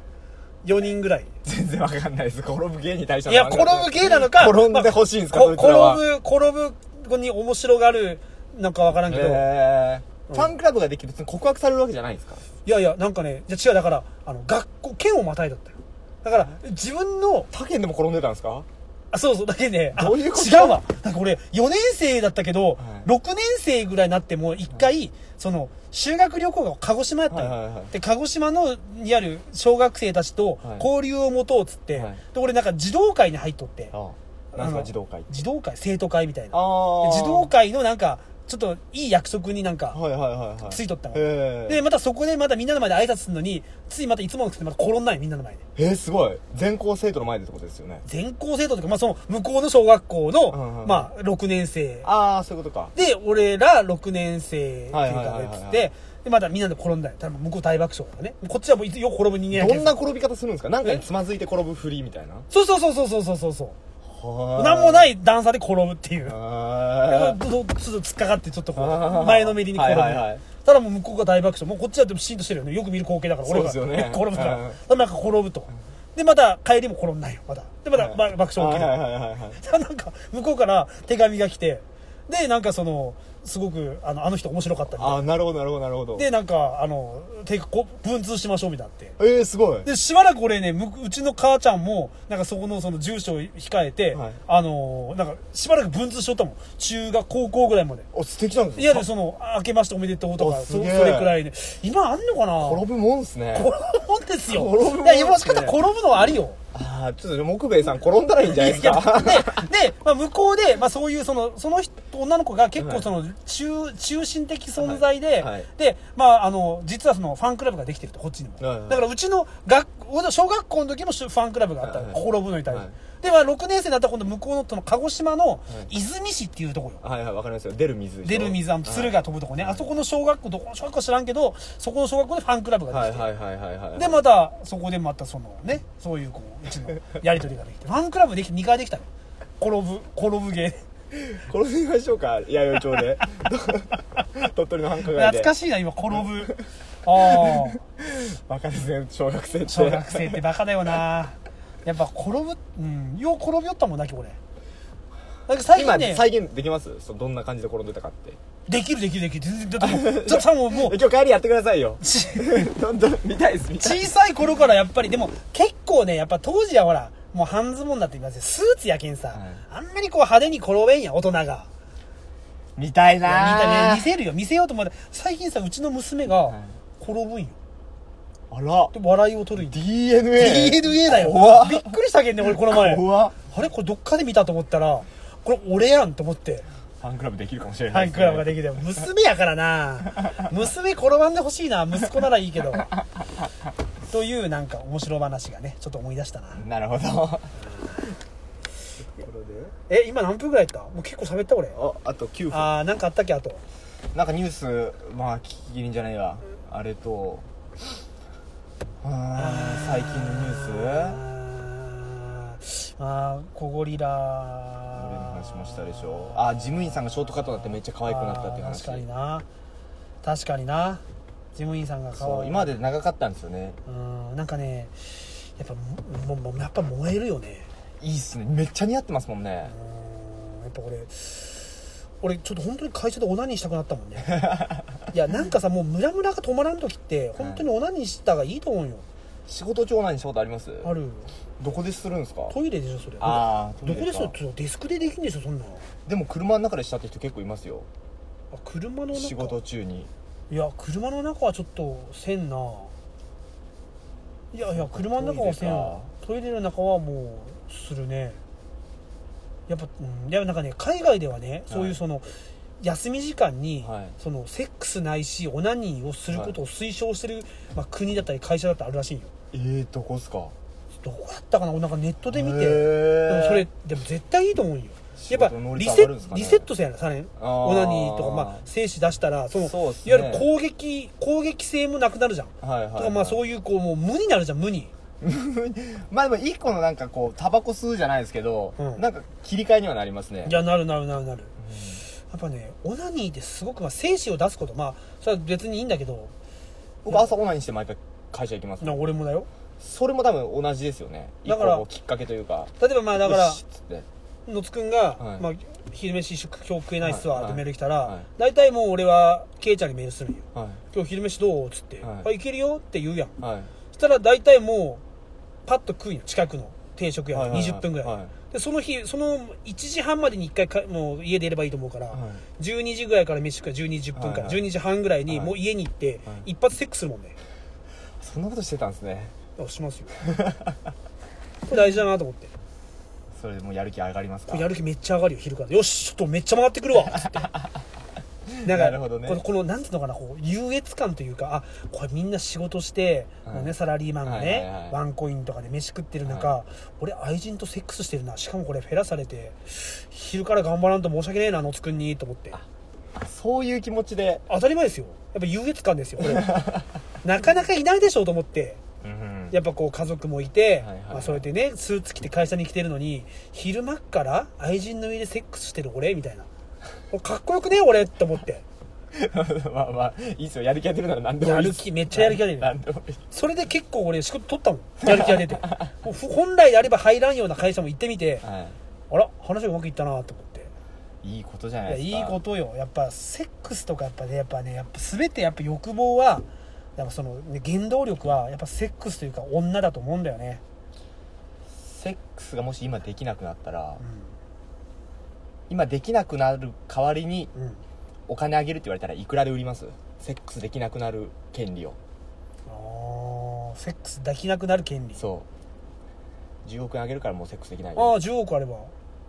S2: 4人ぐらい
S1: 全然わかんないです転ぶ芸に対して
S2: い
S1: の
S2: や転ぶ芸なのか
S1: 転んでほしいんですか
S2: まあ
S1: そいつらは
S2: こ転ぶ転ぶに面白がるなんかわからんけど、
S1: えーファンクラブができる別に告白されるわけじゃないんですか
S2: いやいやなんかねいや違うだからあの学校県をまたいだったよだから自分の
S1: 他県でも転んでたんですか
S2: あそうそうだけねあ
S1: どういうこと
S2: 違うわなんか俺4年生だったけど、
S1: い
S2: 6年生ぐらいになっても1回、その修学旅行が鹿児島やったの、
S1: はいはいはい
S2: で鹿児島のにある小学生たちと
S1: はい
S2: 交流を持とうっつって、
S1: はい
S2: で俺なんか児童会に入っとって、
S1: あ何です
S2: あの
S1: か児童会
S2: 児童会生徒会みたいな
S1: あ
S2: で児童
S1: 会
S2: 会のなんかちょっといい約束になんか
S1: はいはいはいはい
S2: ついとったの、
S1: え
S2: でまたそこでまたみんなの前で挨拶するのについまたいつものくせにまた転んないみんなの前で
S1: えー、すごい全校生徒の前でってことですよね
S2: 全校生徒というか、まあ、その向こうの小学校の、
S1: うんうん
S2: まあ、6年生
S1: ああそういうことか
S2: で俺ら6年生っていうか
S1: はいはいはいはい
S2: つってでまたみんなで転んだよ多分向こう大爆笑だねこっちはもういつよく転ぶ人間やけ
S1: どんな転び方するんですかなんかにつまずいて転ぶふりみたいな
S2: そうそうそうそうそうそうそうそう
S1: は
S2: なんもないい段差で転ぶっていう
S1: あー
S2: どどちょっと突っかかってちょっとこ
S1: あ
S2: う
S1: ー
S2: 前のめりに転ぶ、
S1: はいはいはい
S2: ただもう向こうが大爆笑もうこっちはでもシーンとしてるよねよく見る光景だから俺が、
S1: そうですよね
S2: 転ぶから
S1: うん
S2: だからなんか転ぶとでまた帰りも転んないよまたでまた、
S1: はい
S2: ば爆笑起きる、
S1: はいはいはいはい
S2: (laughs) なんか向こうから手紙が来てでなんかそのすごくあのあの人面白かったみたい
S1: ああなるほどなるほどなるほど
S2: でなんかあのてかこう文通しましょうみたいになって
S1: えー、すごい
S2: でしばらく俺ねむうちの母ちゃんもなんかそこのその住所を控えて、
S1: はい
S2: あのーなんかしばらく文通しとったもん中学高校ぐらいまで
S1: お素敵なんです
S2: いやでその「明けましておめでとう」とか
S1: お
S2: そ
S1: す
S2: そ
S1: げえ
S2: れくらいで今あんのかな
S1: 転ぶもんっすね
S2: 転ぶもんですよ
S1: 転ぶもん
S2: いや今しか
S1: です
S2: た
S1: ね
S2: 転ぶのはありよ
S1: あああ、ちょっと木米さん転んだらいいんじゃないです (laughs) か。
S2: (laughs) で、まあ、向こうで、まあ、そういうそのその人女の子が結構その中,、中心的存在で、
S1: はいはい
S2: で、まあ、あの実はそのファンクラブができてるとこっちにも、
S1: はいはい
S2: だからうちの学小学校の時もファンクラブがあった、
S1: はいはい
S2: 心部のいたり、
S1: はい
S2: で、まあ、6年生になったら今度向こうのその鹿児島の泉市っていうところよ、
S1: はいはい、わかりますよ。出る水でしょ
S2: 出る水あの鶴が飛ぶとこね、あそこの小学校どこの小学校知らんけどそこの小学校でファンクラブができて
S1: はいはいはいはいはい。
S2: でまたそこでまたそのねそういうこううちのやり取りができてファンクラブできて2回できたの転ぶ転ぶ芸
S1: 転びましょうか、弥生町
S2: (laughs)
S1: で。鳥取の繁華街で。
S2: 懐か
S1: しい。
S2: しいな今転ぶああ
S1: バカですね、小学生って。
S2: 小学生ってバカだよなやっぱ転ぶうんよう転びよったもんな今日俺なんか最
S1: 今、
S2: 近ね
S1: 再現できますそのどんな感じで転んでたかって。
S2: できるできるできる全然だってもうだってさもうもう。
S1: え今日帰りやってくださいよ
S2: (laughs) ち
S1: どんどん、見たいです、見たい。
S2: 小さい頃からやっぱりでも結構ねやっぱ当時はほらもう半ズボンだって言いますよスーツやけんさ、あんまりこう派手に転べんや大人が
S1: 見たい
S2: いや見たね
S1: な
S2: 見せるよ見せようと思って最近さうちの娘が転ぶんよ
S1: あら。
S2: で笑いを取るんよ
S1: DNA。
S2: DNA だよ
S1: 怖っ
S2: びっくりしたけんね俺この前
S1: 怖っ
S2: あれこれどっかで見たと思ったらこれ俺やんと思って
S1: ファンクラブできるかもしれ
S2: フ
S1: な
S2: ァ
S1: い
S2: ン
S1: です
S2: ク
S1: ね。
S2: ラブができて娘やからな娘転ばんでほしいな息子ならいいけどというなんか面白話がねちょっと思い出したな
S1: なるほど。
S2: え今何分ぐらいやったもう結構喋った俺
S1: あ、あと9分。
S2: ああなんかあったっけあと
S1: なんかニュース、まあ、聞き切りんじゃないわ。あれと、うーん、最近のニュース
S2: あーあー小ゴリラ
S1: 俺の話もしたでしょ。
S2: あ
S1: あ、事務員さんがショートカットになってめっちゃ可愛くなったっていう話。
S2: 確かにな確かにな事務員さんが顔
S1: そう、今まで長かったんですよね。
S2: うんなんかねやっぱもももやっぱ燃えるよね
S1: いいっすね。めっちゃ似合ってますもんね
S2: う。んやっぱ俺俺ちょっと本当に会社でオナニーしたくなったも
S1: (laughs)
S2: んねいやなんかさもうムラムラが止まらん時って本当にオナニーしたがいいと思うよ、
S1: 仕事長男にしたことあります
S2: ある
S1: どこでするんですか
S2: トイレでしょそれ
S1: あー
S2: どこで
S1: ト
S2: し
S1: イレ
S2: ょ
S1: か
S2: ちょっとデスクでできんでしょそんなの
S1: でも車の中でしたって人結構いますよ。
S2: あ車の中
S1: 仕事中に。
S2: いや車の中はちょっとせんないやいや車の中はせんわトイレの中はもうするねやっぱ、うん、いやなんかね海外ではね、そういうその休み時間に、
S1: はい
S2: そのセックスないしオナニーをすることを推奨してる、まあ、国だったり会社だったりあるらしいよ
S1: えー、どこっすか
S2: どこだったかななんかネットで見て、
S1: へー
S2: でもそれでも絶対いいと思うよ
S1: 仕
S2: やっぱ
S1: 事の能
S2: リ
S1: 率
S2: セ
S1: 上がる
S2: ッ,、
S1: んですかね
S2: リセットせやなさらに
S1: あー
S2: オナニーとか、まあ、精子出したらその
S1: そうっす
S2: い
S1: ね
S2: わゆる攻撃攻撃性もなくなるじゃん、
S1: はいはい、
S2: とかまあそうういうこうもう無になるじゃん無に
S1: (laughs) まあでも一個のなんかこうタバコ吸うじゃないですけど、
S2: うん
S1: なんか切り替えにはなりますね
S2: いやなるなるなるなる、やっぱねオナニーってすごく、まあ、精子を出すことまあそれは別にいいんだけど
S1: 僕朝オナニーして毎回会社行きます
S2: な俺もだよ
S1: それも多分同じですよね
S2: だから
S1: 一個こうきっかけというか
S2: 例えばまあだから
S1: よしっつって
S2: 野津くんが、
S1: はい
S2: まあ「昼飯一食今日食えないっす
S1: は
S2: わ」
S1: い
S2: ってメール来たら、
S1: はい
S2: 大体もう俺はケイちゃんにメールするんよ
S1: は
S2: 「今日昼飯どう?」っつって「
S1: はい
S2: あいけるよ」って言うやん
S1: いはい
S2: そしたら大体もうパッと食いの近くの定食屋
S1: はいはいはい
S2: 20分ぐらい、
S1: は
S2: でその日その1時半までに1回かもう家でいればいいと思うから、
S1: は
S2: 12時ぐらいから飯食うから12時10分から、
S1: はいはい
S2: 12時半ぐらいに
S1: はい
S2: もう家に行って、
S1: はい
S2: 一発セックスするもんね
S1: そんなことしてたんですね
S2: あ
S1: (laughs)
S2: しますよこれ大事だなと思って
S1: それでもうやる気上がりますか
S2: これやる気めっちゃ上がるよ昼からよしちょっとめっちゃ回ってくるわつってなんか
S1: なるほどね
S2: このこのなんていうのかなこう優越感というかあこれみんな仕事して、
S1: はい
S2: もうね、サラリーマンがね、
S1: はいはいはい
S2: ワンコインとかで飯食ってる中、
S1: は
S2: 俺愛人とセックスしてるなしかもこれフェラされて昼から頑張らんと申し訳ねえな野津くんにと思って
S1: そういう気持ちで
S2: 当たり前ですよやっぱ優越感ですよこれなかなかいないでしょうと思って
S1: うん
S2: やっぱこう家族もいて、
S1: はいはい
S2: まあ、そうやってねスーツ着て会社に来てるのに昼間っから愛人の家でセックスしてる俺みたいなこれかっこよくねえ俺って思って
S1: まあまあいいっすよやる気が出るなら何でもいい
S2: や
S1: っす
S2: る気めっちゃやる気が出る
S1: 何でもいい
S2: それで結構俺仕事取ったもんやる気が出
S1: (laughs)
S2: てもうふ本来であれば入らんような会社も行ってみて
S1: は
S2: あら話がうまくいったなと思って
S1: いいいことじゃないい
S2: や
S1: ですか
S2: いいことよやっぱセックスとかやっぱねやっぱねやっぱ全てやっぱ欲望はやっぱその、ね、原動力はやっぱセックスというか女だと思うんだよね、
S1: セックスがもし今できなくなったら、
S2: う
S1: 今できなくなる代わりに
S2: んうん、
S1: お金あげるって言われたらいくらで売りますセックスできなくなる権利を
S2: あーセックスできなくなる権利
S1: そ10億円あげるからもうセックスできない
S2: ああ
S1: よ
S2: 10億あれば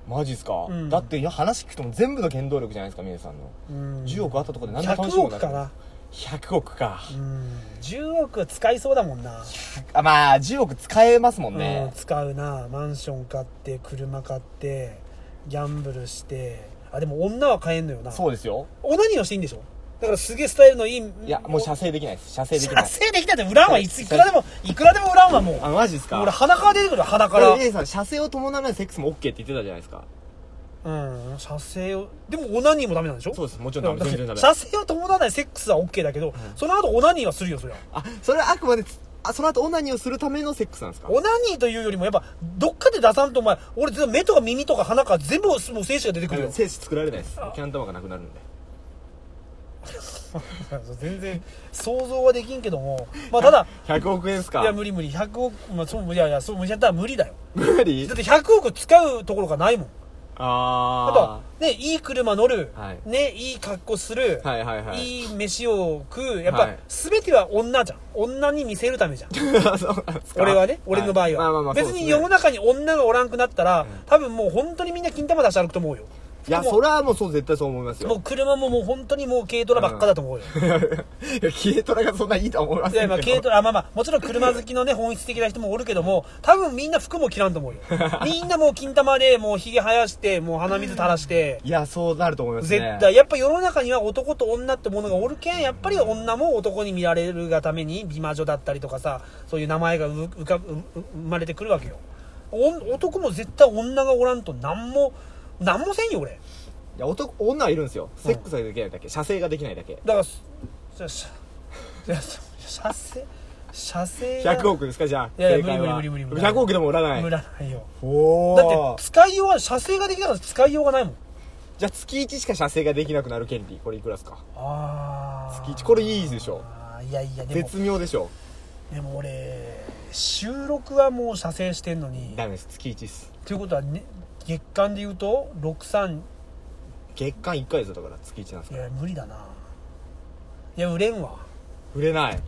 S1: マジっすか、
S2: うん
S1: だって話聞くともう全部の原動力じゃないですか峰さんの
S2: うん
S1: 10億あったところで何でも楽し
S2: 100
S1: もう
S2: 億かな
S1: 100億か、
S2: うん10億は使いそうだもんな、
S1: あまあ10億使えますもん
S2: うん
S1: ね、
S2: 使うなマンション買って車買ってギャンブルしてあでも女は買えんのよな
S1: そうですよ
S2: オナニーはしていいんでしょだからすげえスタイルのいい
S1: いやもう射精できないです射精できな
S2: 射
S1: い
S2: 精できたってウランはいついくらでもいくらでもウランはもう
S1: あマジっすか
S2: 俺鼻から出てくる鼻か
S1: こ
S2: ら
S1: れ A さん射精を伴わないセックスも OK って言ってたじゃないですか
S2: うん射精をでもオナニーもダメなんでしょ
S1: そうですもちろんダメ
S2: だって
S1: 全然ダメ
S2: 射精を伴わないセックスは OK だけど、その後オナニーはするよそりゃ
S1: あそれはあくまでつあその後オナニーをするためのセックスなんですか
S2: オナニーというよりもやっぱどっかで出さんとお前俺絶対目とか耳とか鼻から全部もう精子が出て
S1: (laughs)
S2: くるよ
S1: 精子作られないですキャン玉がなくなるんで
S2: 全然想像はできんけどもまあただ
S1: 100億円ですか
S2: いや無理無理100億まあそういやいやそう無理やったら無理だよ
S1: 無理
S2: だって100億使うところがないもんあと
S1: あ
S2: はねいい車乗る、
S1: はい
S2: ねいい格好する、
S1: あはいはいはい
S2: い飯を食うやっ
S1: は
S2: ぱ
S1: い
S2: 全ては女じゃん女に見せるため
S1: (laughs)
S2: じゃん
S1: (laughs) そうなんですか
S2: 俺はね俺の場合は、
S1: まあまあまあ
S2: 別に世の
S1: 中
S2: 中に女がおらんくなったら、多分もう本当にみんな金玉出して歩くと思うよ
S1: いや
S2: もう
S1: それはもうそう絶対そう思います
S2: も
S1: よ
S2: う車ももう本当にもう軽トラばっかだと思うよ、
S1: (laughs) いや軽トラがそんないいとは思いま
S2: いや
S1: せん
S2: まあ
S1: けど
S2: 軽トラあまあまあもちろん車好きのね本質的な人もおるけども多分みんな服も着らんと思うよみんなもう金玉でもうひげ生やしてもう鼻水垂らして
S1: いやそうなると思いますね
S2: 絶対やっぱ世の中には男と女ってものがおるけんやっぱり女も男に見られるがために美魔女だったりとかさそういう名前がう浮かぶうう生まれてくるわけよお男も絶対女がおらんと何も何もせんよ俺
S1: いや男女はいるんですよセックスができないだけ、射精ができないだけ
S2: だからすじゃあしじゃあ射精射精が
S1: 100億ですかじゃあ
S2: いやいや
S1: 正解は
S2: 無理無理無理無理
S1: 100億でも売らない
S2: 無らないよ
S1: お
S2: だ
S1: お
S2: って使いようが射精ができなかったら使いようがないもん
S1: じゃあ月1しか射精ができなくなる権利これいくらですか
S2: ああ
S1: 月1これいいでしょ
S2: いやいやでも
S1: 絶妙でしょ
S2: でも俺収録はもう射精してんのに
S1: ダメです月1っす
S2: ということは、ね、月間で言うと63
S1: 月間1回ですよだから月1なんです
S2: い
S1: から
S2: や無理だないや売れんわ
S1: 売れない、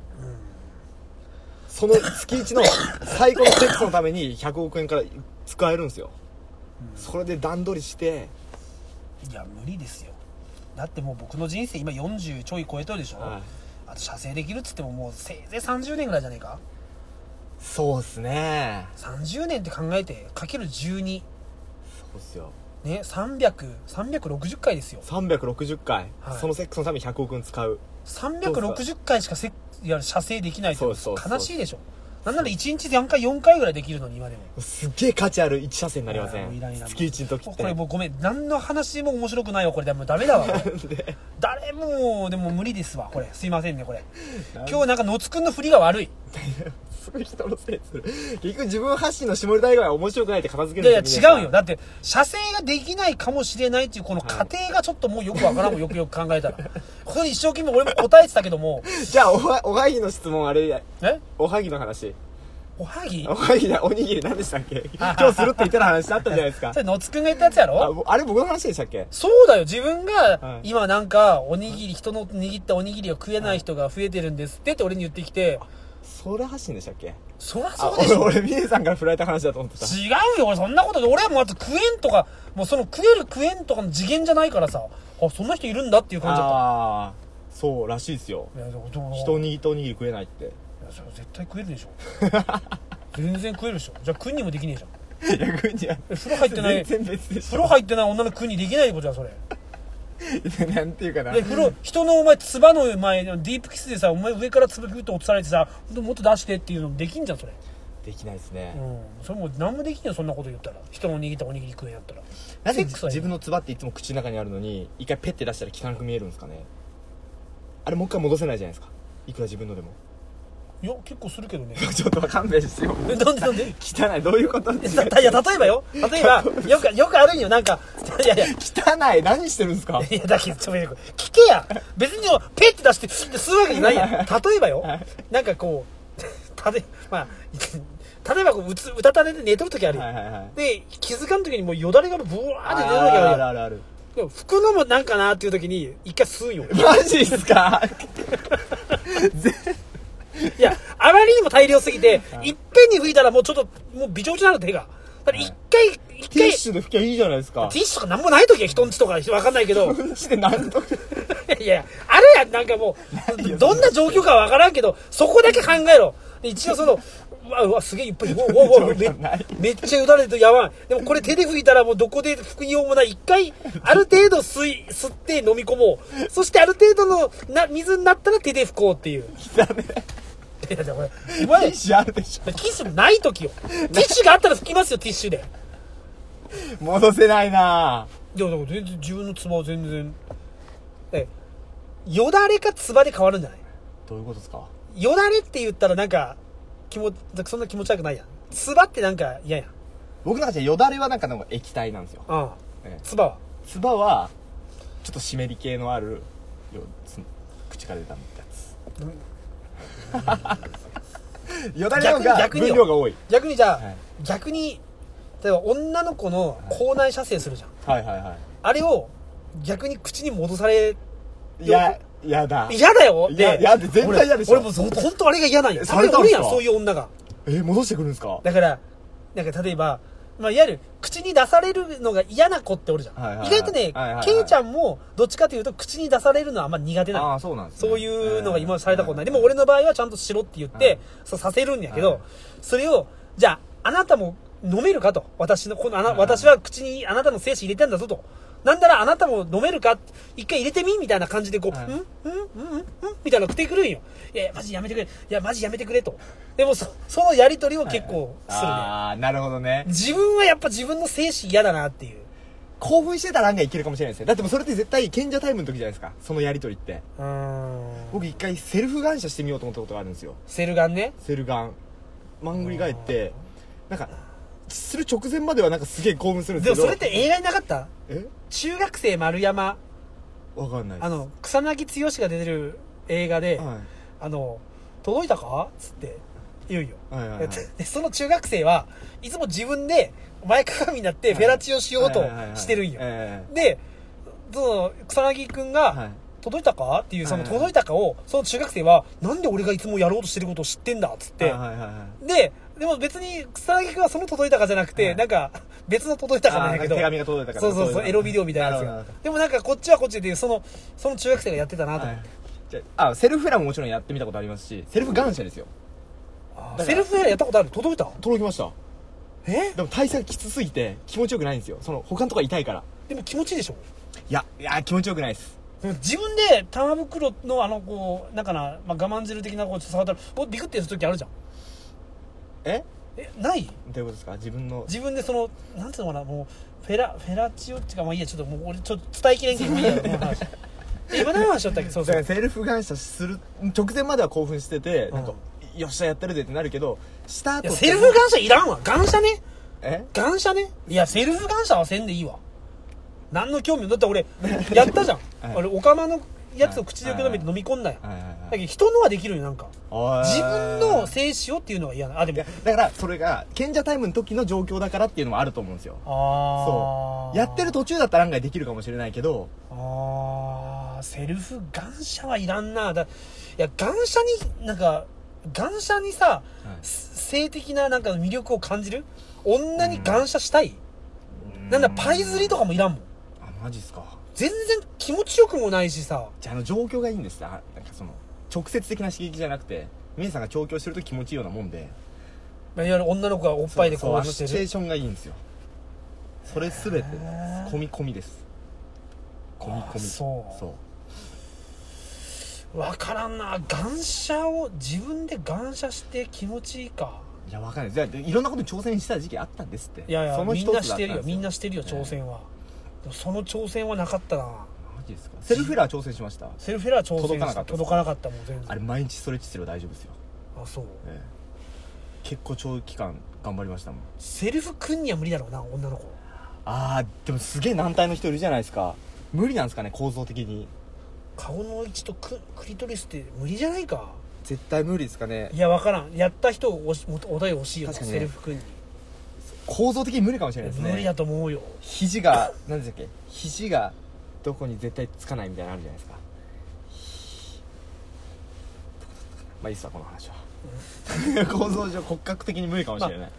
S1: その月1の最高のセックスのために100億円から使えるんですよ、それで段取りして
S2: いや無理ですよだってもう僕の人生今40ちょい超えとるでしょ、
S1: はい
S2: あと射精できるっつってももうせいぜい30年ぐらいじゃねえか
S1: そうっすね
S2: 30年って考えてかける12
S1: そうっすよ
S2: ね300360 360回ですよ
S1: 360回、
S2: はい
S1: そのセックスのために100億円使う
S2: 360回しかせいや射精できないって
S1: そうそうそう
S2: 悲しいでしょなんなら1日3回4回ぐらいできるのに今でも
S1: すっげえ価値ある1車線になりませ
S2: あーいらんい
S1: ん
S2: らん
S1: 月1の時って
S2: これもうごめん何の話も面白くないわこれでもうダメだ
S1: (laughs)
S2: わこれ
S1: で
S2: 誰もでも無理ですわこれすいませんねこれ
S1: なん
S2: 今日なんかのつくんの振りが悪い
S1: すごい人のせいにする結局自分発信の絞り台が面白くないって片付
S2: い
S1: ける
S2: や
S1: ん
S2: いや
S1: ですよ
S2: 違うよだって射精ができないかもしれないっていうこの過程がちょっともうよくわからんもんよくよく考えたら (laughs) これ一生懸命俺も答えてたけ
S1: (laughs)
S2: ども
S1: じゃあおはおはぎの質問あれや
S2: え
S1: おはぎの話
S2: おはぎ
S1: おはぎだおにぎり何でしたっけ今日するって言ってた話あったじゃないですか
S2: それのつくんが言ったやつやろ
S1: あぼあれ僕の話でしたっけ
S2: そうだよ自分が
S1: はい
S2: 今なんかおにぎり人の握ったおにぎりを食えない人が増えてるんですってって俺に言ってきて
S1: それ発信でしたっけ
S2: そりゃ
S1: あ
S2: そうでしょ
S1: 俺俺ミネさんから振られた話だと思ってた
S2: 違うよ俺そんなことで俺はもうだって食えんとかもうその食える食えんとかの次元じゃないからさあそんな人いるんだっていう感じだっ
S1: ああそうらしいですよ
S2: たいやでもでも
S1: 人におにぎり食えないって
S2: いやそれ絶対食えるでしょ全然食えるでしょじゃあ食うにもできねえじゃ
S1: い
S2: ん
S1: や食うんじゃ
S2: え風呂入ってない
S1: 全然別でし
S2: 風
S1: ょ
S2: 呂入ってない女の食うにできないことじゃんそれ
S1: なんていうかな
S2: で風呂人のお前つばの前のディープキスでさお前上からつばピュッと落とされてさもっと出してっていうのもできんじゃんそれ
S1: できないですね、
S2: うん、それもう何もできんよそんなこと言ったら人の握ったおにぎり食うんやったら
S1: なぜ
S2: セックスはいい
S1: 自分のツバっていつも口の中にあるのに一回ペッて出したら汚く見えるんですかねあれもう一回戻せないじゃないですかいくら自分のでも (laughs)
S2: いや結構するけどね
S1: ちょっと勘弁してよ
S2: えなんでなんで
S1: 汚いどういうこと
S2: えたたいや例えばよ例えばよくよくあるんよなんかいやいやい
S1: 汚い何してるんですか
S2: やだけどちょっと待って聞けや別によペッて出してスッて吸うわけじゃないやん例えばよなんかこうたでまあ例えばこううつうたた寝で寝とる時あるよ、
S1: はいはいはい
S2: で気づかん時にもうよだれがブワーって出るわけ
S1: ある
S2: あ
S1: あ
S2: る
S1: るある
S2: でも服のもなんかなっていう時に一回吸うんよ
S1: マジっすかぜ
S2: いや、あまりにも大量すぎて、いっぺんに拭いたらもうちょっと、もうびちょびちょなる手が。だから一回、一
S1: ティッ
S2: 回、
S1: シュで拭きゃいいじゃないですか
S2: ティッシュとかなんもない時は人んちとかわかんないけど、い
S1: ティッシュで何度
S2: やいや、あるやん、なんかも
S1: いよ
S2: う、どんな状況かわからんけど、そこだけ考えろ。で一応その、うわ、うわ、すげえいっぱい、うわうわ、う
S1: (laughs) 状
S2: わ、め
S1: 況ない
S2: めっちゃ打たれてるやばい。でもこれ手で拭いたらもうどこで拭きようもない。一回、ある程度吸い、吸って飲み込もう。そしてある程度のな水になったら手で拭こうっていう。いや、じゃあこれ、
S1: ティッシュあるでし
S2: ティッシュない時よ。ティッシュがあったら拭きますよ、ティッシュで。
S1: ょ戻せないない
S2: や、だから全然自分のツバは全然。え、よだれかツバで変わるんじゃない
S1: どういうことですか
S2: よだれって言ったらなんか、気持ち、そんな気持ち悪くないやん。ツバってなんか嫌やん。
S1: 僕の中じゃよだれはなんかの液体なんですよ
S2: ああ
S1: ええ。
S2: ツバは。
S1: つばはちょっと湿り系のあるよつ口から出たみたいなやつ (laughs) よだれの方が
S2: 逆に逆に
S1: 分
S2: よ
S1: 量が多い
S2: 逆にじゃあ、
S1: はい
S2: 逆に、例えば女の子の口内射精するじゃん。
S1: はいはいは
S2: あれを、逆に口に戻され、
S1: いいややだ
S2: 嫌だよ
S1: いやいや絶対嫌でしょ
S2: 俺俺もそ本当あれが嫌なんや。
S1: されたん
S2: 俺
S1: すか
S2: やん、そういう女が。
S1: え戻してくるんですか
S2: だから、なんか例えば、まあ、いわゆる口に出されるのが嫌な子っておるじゃ
S1: は
S2: ん。
S1: いはいはい
S2: 意外とね、
S1: はいはいはい
S2: ケイちゃんもどっちかというと口に出されるのはあんま苦手なの。
S1: あそうなんですね
S2: そういうのが今までされたことない。
S1: え
S2: で
S1: ー
S2: も俺の場合はちゃんとしろって言って、
S1: はい
S2: そうさせるんや
S1: は
S2: け
S1: い
S2: ど、それを、じゃあ、あなたも飲めるかと。私の、このあな、
S1: はい
S2: 私は口にあなたの精子入れてんだぞと。なんならあなたも飲めるか一回入れてみみたいな感じでこう、
S1: はい
S2: んんんんんみたいなの来てくるんよ。いやいや、マジやめてくれ。いや、マジやめてくれと。でもそ、そのやりとりを結構するね。
S1: ああなるほどね
S2: 自分はやっぱ自分の精神嫌だなっていう。
S1: 興奮してたら案外いけるかもしれないですねだってもうそれって絶対賢者タイムの時じゃないですかそのやりとりって
S2: うーん。
S1: 僕一回セルフ感謝してみようと思ったことがあるんですよ
S2: セルガンね。
S1: セルガンマングリ返ってなんかする直前まではなんかすげえ興奮するん
S2: で
S1: で
S2: も
S1: すけ
S2: そ
S1: ど
S2: れって映画になかった
S1: え
S2: 中学生丸山、
S1: わかんないです
S2: あの、草薙剛が出てる映画で、
S1: は
S2: あの、届いたかつって言うよ。
S1: いはいはいはい
S2: でその中学生はいつも自分で前かがみになってフェラチオしようとしてるんよ。
S1: え
S2: で、その草薙くん
S1: えは
S2: が
S1: い、
S2: 届いたかっていうその
S1: はいはい
S2: 届いたかを、その中学生は、なんで俺がいつもやろうとしてることを知ってんだっつって、
S1: はいはいはいはい
S2: で、でも別に草薙くんはその届いたかじゃなくて、
S1: はい
S2: なんか (laughs) 別の届いたかなんやけど。
S1: あーなんか手紙が届いたから
S2: そうそ
S1: そ
S2: う
S1: う
S2: そ、
S1: いうう
S2: エロビデオみたいなや
S1: なる
S2: つが
S1: ほどなる。
S2: でもなんかこっちはこっちで、その、その中学生がやってたなと
S1: は
S2: 思っ
S1: い
S2: て。
S1: じゃああセルフラももちろんやってみたことありますしセルフ感謝ですよ
S2: あー
S1: だから
S2: セルフエラやったことある届いた
S1: 届きました
S2: え
S1: でも体勢がきつすぎて気持ちよくないんですよその他のとこは痛いから
S2: でも気持ちいいでしょ
S1: いやいや気持ちよくないです
S2: でも自分で玉袋のあの、こう、なんかな、まあ、我慢汁的なこう、ちょっと触ったら、こうビクってする時あるじゃん。
S1: え
S2: え、ない
S1: どういうことですか自分の
S2: 自分でその、なんていうのかな、もう、フェラ、フェラチオっていうか、まあいいや、ちょっともう俺ちょっと伝えきれんけど、もういいや、この話。え今何話しちゃったっけそう
S1: だ
S2: そ
S1: から
S2: う。
S1: セルフ感謝する直前までは興奮しててなんか
S2: う
S1: よっしゃやってるでってなるけどした
S2: い
S1: 後
S2: や、
S1: って
S2: セルフ感謝いらんわ。感謝ね。
S1: え
S2: 感謝ねいやセルフ感謝はせんでいいわ何の興味もだっ
S1: (laughs)
S2: て俺やったじゃん、
S1: はい
S2: 俺おかまのやつを口でよく飲めて
S1: はい
S2: 飲み込んだよ、
S1: はいはい
S2: だ
S1: は
S2: け
S1: い
S2: ど人のはできるよなんか
S1: おい
S2: 自分の精子をっていうのは嫌なあで
S1: いや
S2: も
S1: だからそれが賢者タイムの時の状況だからっていうのもあると思うんですよ
S2: あ
S1: やってる途中だったら案外できるかもしれないけど
S2: あーセルフ感謝はいらんなだいや感謝になんか感謝にさ、
S1: はい
S2: 性的ななんか魅力を感じる女に感謝したい、なんだパイ釣りとかもいらんもん
S1: あマジっすか
S2: 全然気持ちよくもないしさ
S1: じゃああの状況がいいんですあなんかその直接的な刺激じゃなくて皆さんが調教してると気持ちいいようなもんで
S2: まあいわゆる女の子がおっぱいでこ
S1: そう
S2: う
S1: そう
S2: して
S1: シチュエー
S2: る
S1: ションがいいんですよそれすべて込み込みです込み込み
S2: あそう
S1: そう
S2: わからんな感謝を自分で感謝して気持ちいいか
S1: いやわかんないじゃあいろんなことに挑戦した時期あったんですって
S2: いやいや
S1: その
S2: み
S1: 一
S2: んな
S1: つだ
S2: し
S1: ってたん
S2: るよ
S1: です
S2: みんなしてるよ挑戦は、でもその挑戦はなかったな
S1: マジですかセルフラー挑戦しました
S2: セルフェラは挑戦
S1: 届かなかった
S2: 届かなかったもん全然
S1: あれ毎日ストレッチすれば大丈夫ですよ
S2: あそう
S1: ええ結構長期間頑張りましたもん
S2: セルフくんには無理だろうな女の子
S1: ああでもすげえ難体の人いるじゃないですか無理なんですかね構造的に
S2: 顔の位置とククリトリスって無理じゃないか
S1: 絶対無理ですかね
S2: いやわからんやった人をおしおお題欲しいよな
S1: 確かにね
S2: セルフくんに
S1: 構造的に無理かもしれないですね
S2: 無理だと思うよ
S1: 肘が何でしたっけ肘がどこに絶対つかないみたいなのあるじゃないですかまあいいっすわこの話は (laughs) 構造上骨格的に無理かもしれない、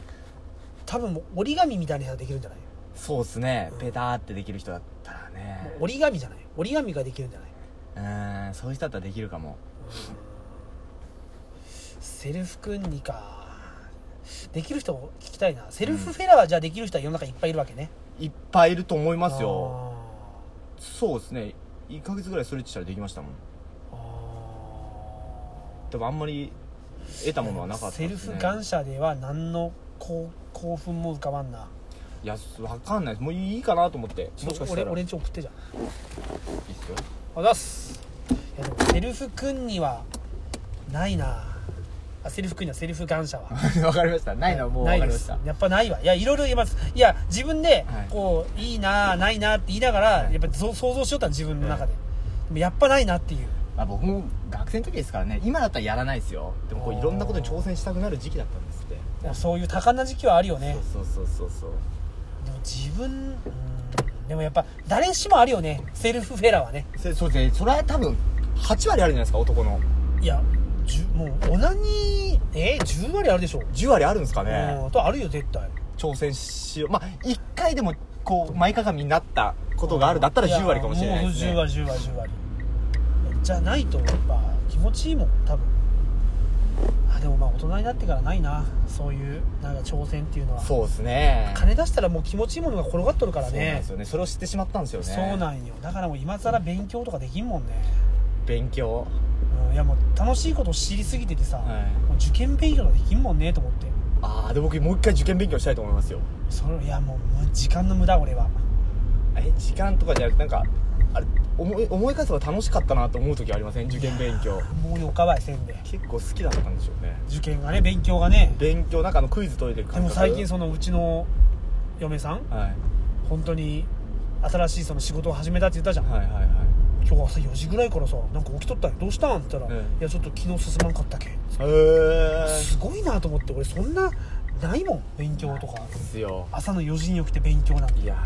S2: 多分もう折り紙みたいな人はできるんじゃない
S1: そうっすねペターってできる人だったらね
S2: もう折り紙じゃない折り紙ができるんじゃないう
S1: ーんそういう人だったらできるかも
S2: セルフ君にかできる人を聞きたいなセルフフェラはじゃあできる人は世の中いっぱいいるわけね
S1: いっぱいいると思い
S2: あ
S1: ますよそうですね1ヶ月ぐらいストレッチしたらできましたもん
S2: ーあ
S1: でもあんまり得たものはなか
S2: ー
S1: ったで
S2: セ
S1: す、ね
S2: ル、フ感謝では何の興興奮も浮かばんない
S1: やわかんないですもういいかなと思ってもしかしたら
S2: 俺俺んち送ってじゃん
S1: いいっすよ
S2: あざっすいやでもセルフ君にはないなあセルフ君にはセルフ感謝は
S1: (laughs) わかりました。ないのはもうわか
S2: な
S1: りま
S2: いで
S1: し
S2: す
S1: た。
S2: やっぱないわいやいろいろ言えますいや自分で
S1: はい
S2: こう、い、いなあないなあって言いながら、
S1: はい
S2: やっぱりそう想像しよったの自分の中で、でもやっぱないなっていう
S1: まあ僕も学生の時ですからね、今だったらやらないですよ。でもこういろんなことに挑戦したくなる時期だったんですって。
S2: そういう多感な時期はあるよね
S1: そうそうそうそう。
S2: でも自分うんでもやっぱ誰しもあるよねセルフフェラーはね
S1: そそうですね、それは多分、8割あるんじゃないですか、男の。
S2: いやじゅもうオナニーえ10割あるでしょ、
S1: 10割あるんですか
S2: う
S1: ね。
S2: んとあるよ絶対
S1: 挑戦しよう。まあ、1回でも、こう、前かがみになったことがあるだったら10割かもしれないですね。
S2: やもう10割10割10割じゃないとやっぱ気持ちいいもん多分あでもまあ大人になってからないなそういうなんか挑戦っていうのは
S1: そうですね。
S2: 金出したらもう気持ちいいものが転がっとるから
S1: そうなん
S2: ね
S1: ですよね。それを知ってしまったんですよね。
S2: そうなんよだからもう今更勉強とかできんもんね、
S1: 勉強。
S2: うん、いやもう楽しいことを知りすぎててさ、
S1: はい
S2: もう受験勉強ができんもんねと思って
S1: ああ、で僕もう一回受験勉強したいと思いますよ。
S2: それいやもうむ時間の無駄俺は
S1: え時間とかじゃなくてなんかあれ思い思い返せば楽しかったなと思う時ありません受験勉強
S2: もうよかばいせんで
S1: 結構好きだったんでしょうね
S2: 受験がね勉強がね
S1: 勉強なんかあのクイズ解いてる
S2: で
S1: 感
S2: も
S1: 覚
S2: 最近そのうちの嫁さん
S1: はい
S2: 本当に新しいその仕事を始めたって言ったじゃん、
S1: はいはいは
S2: 今日朝4時ぐらいからさなんか起きとったんよどうしたんって言ったら、
S1: うん
S2: いやちょっと昨日進まんかったけん
S1: いへえ
S2: すごいなと思って俺そんなないもん勉強とか
S1: ですよ
S2: 朝の4時に起きて勉強なんて
S1: いや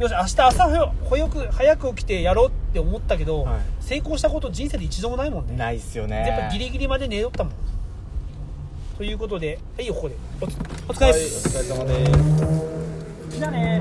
S2: よし明日朝早く早く起きてやろうって思ったけど、
S1: はい
S2: 成功したこと人生で一度もないもん
S1: ー
S2: ね
S1: ないっすよね
S2: やっぱギリギリまで寝とったもんということではいここでおつお疲れっす、
S1: はいお疲れ様です
S2: じゃあね